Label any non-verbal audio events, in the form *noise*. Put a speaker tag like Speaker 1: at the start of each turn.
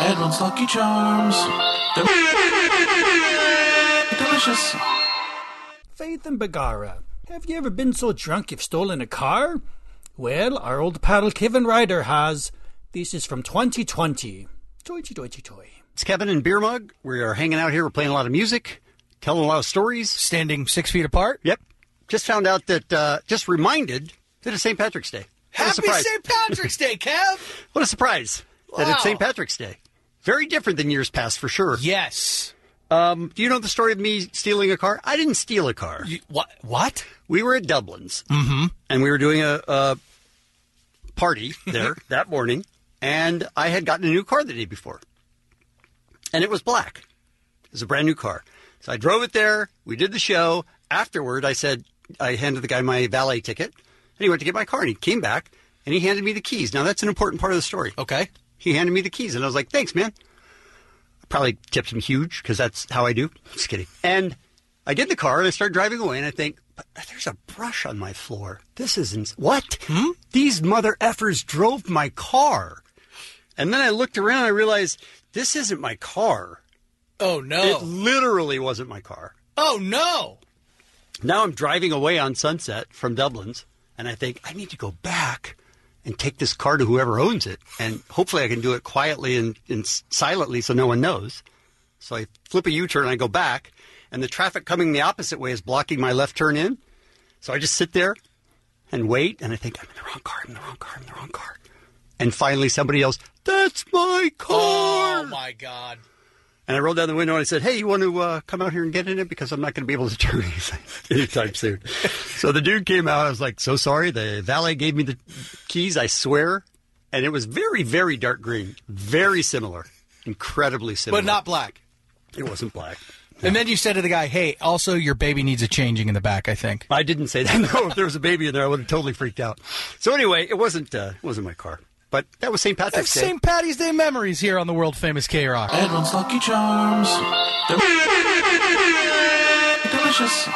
Speaker 1: Edwin's Lucky Charms. They're *laughs* delicious.
Speaker 2: Faith and Bagara, have you ever been so drunk you've stolen a car? Well, our old pal Kevin Ryder has. This is from 2020. Toy, toy, toy, toy.
Speaker 3: It's Kevin and Beer Mug. We are hanging out here. We're playing a lot of music, telling a lot of stories.
Speaker 4: Standing six feet apart.
Speaker 3: Yep. Just found out that, uh, just reminded that it's St. Patrick's Day. What a
Speaker 4: Happy
Speaker 3: surprise.
Speaker 4: St. Patrick's Day, Kev.
Speaker 3: *laughs* What a surprise that it's
Speaker 4: Wow.
Speaker 3: St. Patrick's Day. Very different than years past, for sure.
Speaker 4: Yes.
Speaker 3: Um, do you know the story of me stealing a car? I didn't steal a car.
Speaker 4: You, what? What?
Speaker 3: we were at Dublin's, mm-hmm. and we were doing a, a party there that morning, and I had gotten a new car the day before, and it was black. It was a brand new car, so I drove it there. We did the show. Afterward, I said I handed the guy my valet ticket, and he went to get my car, and he came back and he handed me the keys. Now that's an important part of the story.
Speaker 4: Okay.
Speaker 3: He handed me the keys, and I was like, "Thanks, man." I probably tipped him huge because that's how I do. *laughs* Just kidding. And I did the car, and I started driving away, and I think, but "There's a brush on my floor. This isn't what these mother effers drove my car." And then I looked around, and I realized this isn't my car.
Speaker 4: Oh
Speaker 3: It
Speaker 4: no.
Speaker 3: literally wasn't my car.
Speaker 4: Oh no.
Speaker 3: Now I'm driving away on Sunset from Dublin's, and I think I need to go back and take this car to whoever owns it, and hopefully I can do it quietly and, and s- silently so no one knows. So I flip a U-turn, I go back, and the traffic coming the opposite way is blocking my left turn in. So I just sit there and wait, and I think I'm in the wrong car, I'm in the wrong car, I'm in the wrong car. And finally somebody else, that's my car.
Speaker 4: Oh my God.
Speaker 3: And I rolled down the window and I said, "Hey, you want to uh, come out here and get in it because I'm not going to be able to *laughs* do anything anytime soon." so the dude came out. I was like, "So sorry." The valet gave me the keys. I swear, and it was very, very dark green, very similar, incredibly similar,
Speaker 4: But not black.
Speaker 3: It wasn't black.
Speaker 4: And then you said to the guy, "Hey, also your baby needs a changing in the back." I think.
Speaker 3: I didn't say that. *laughs* No, if there was a baby in there, I would have totally freaked out. So anyway, it wasn't uh, it wasn't my car, but that was St.
Speaker 4: I have
Speaker 3: Patrick's Day.
Speaker 4: St. Patty's Day memories here on the world famous K Rock.
Speaker 1: Edwin's Lucky Charms. They're *laughs* delicious.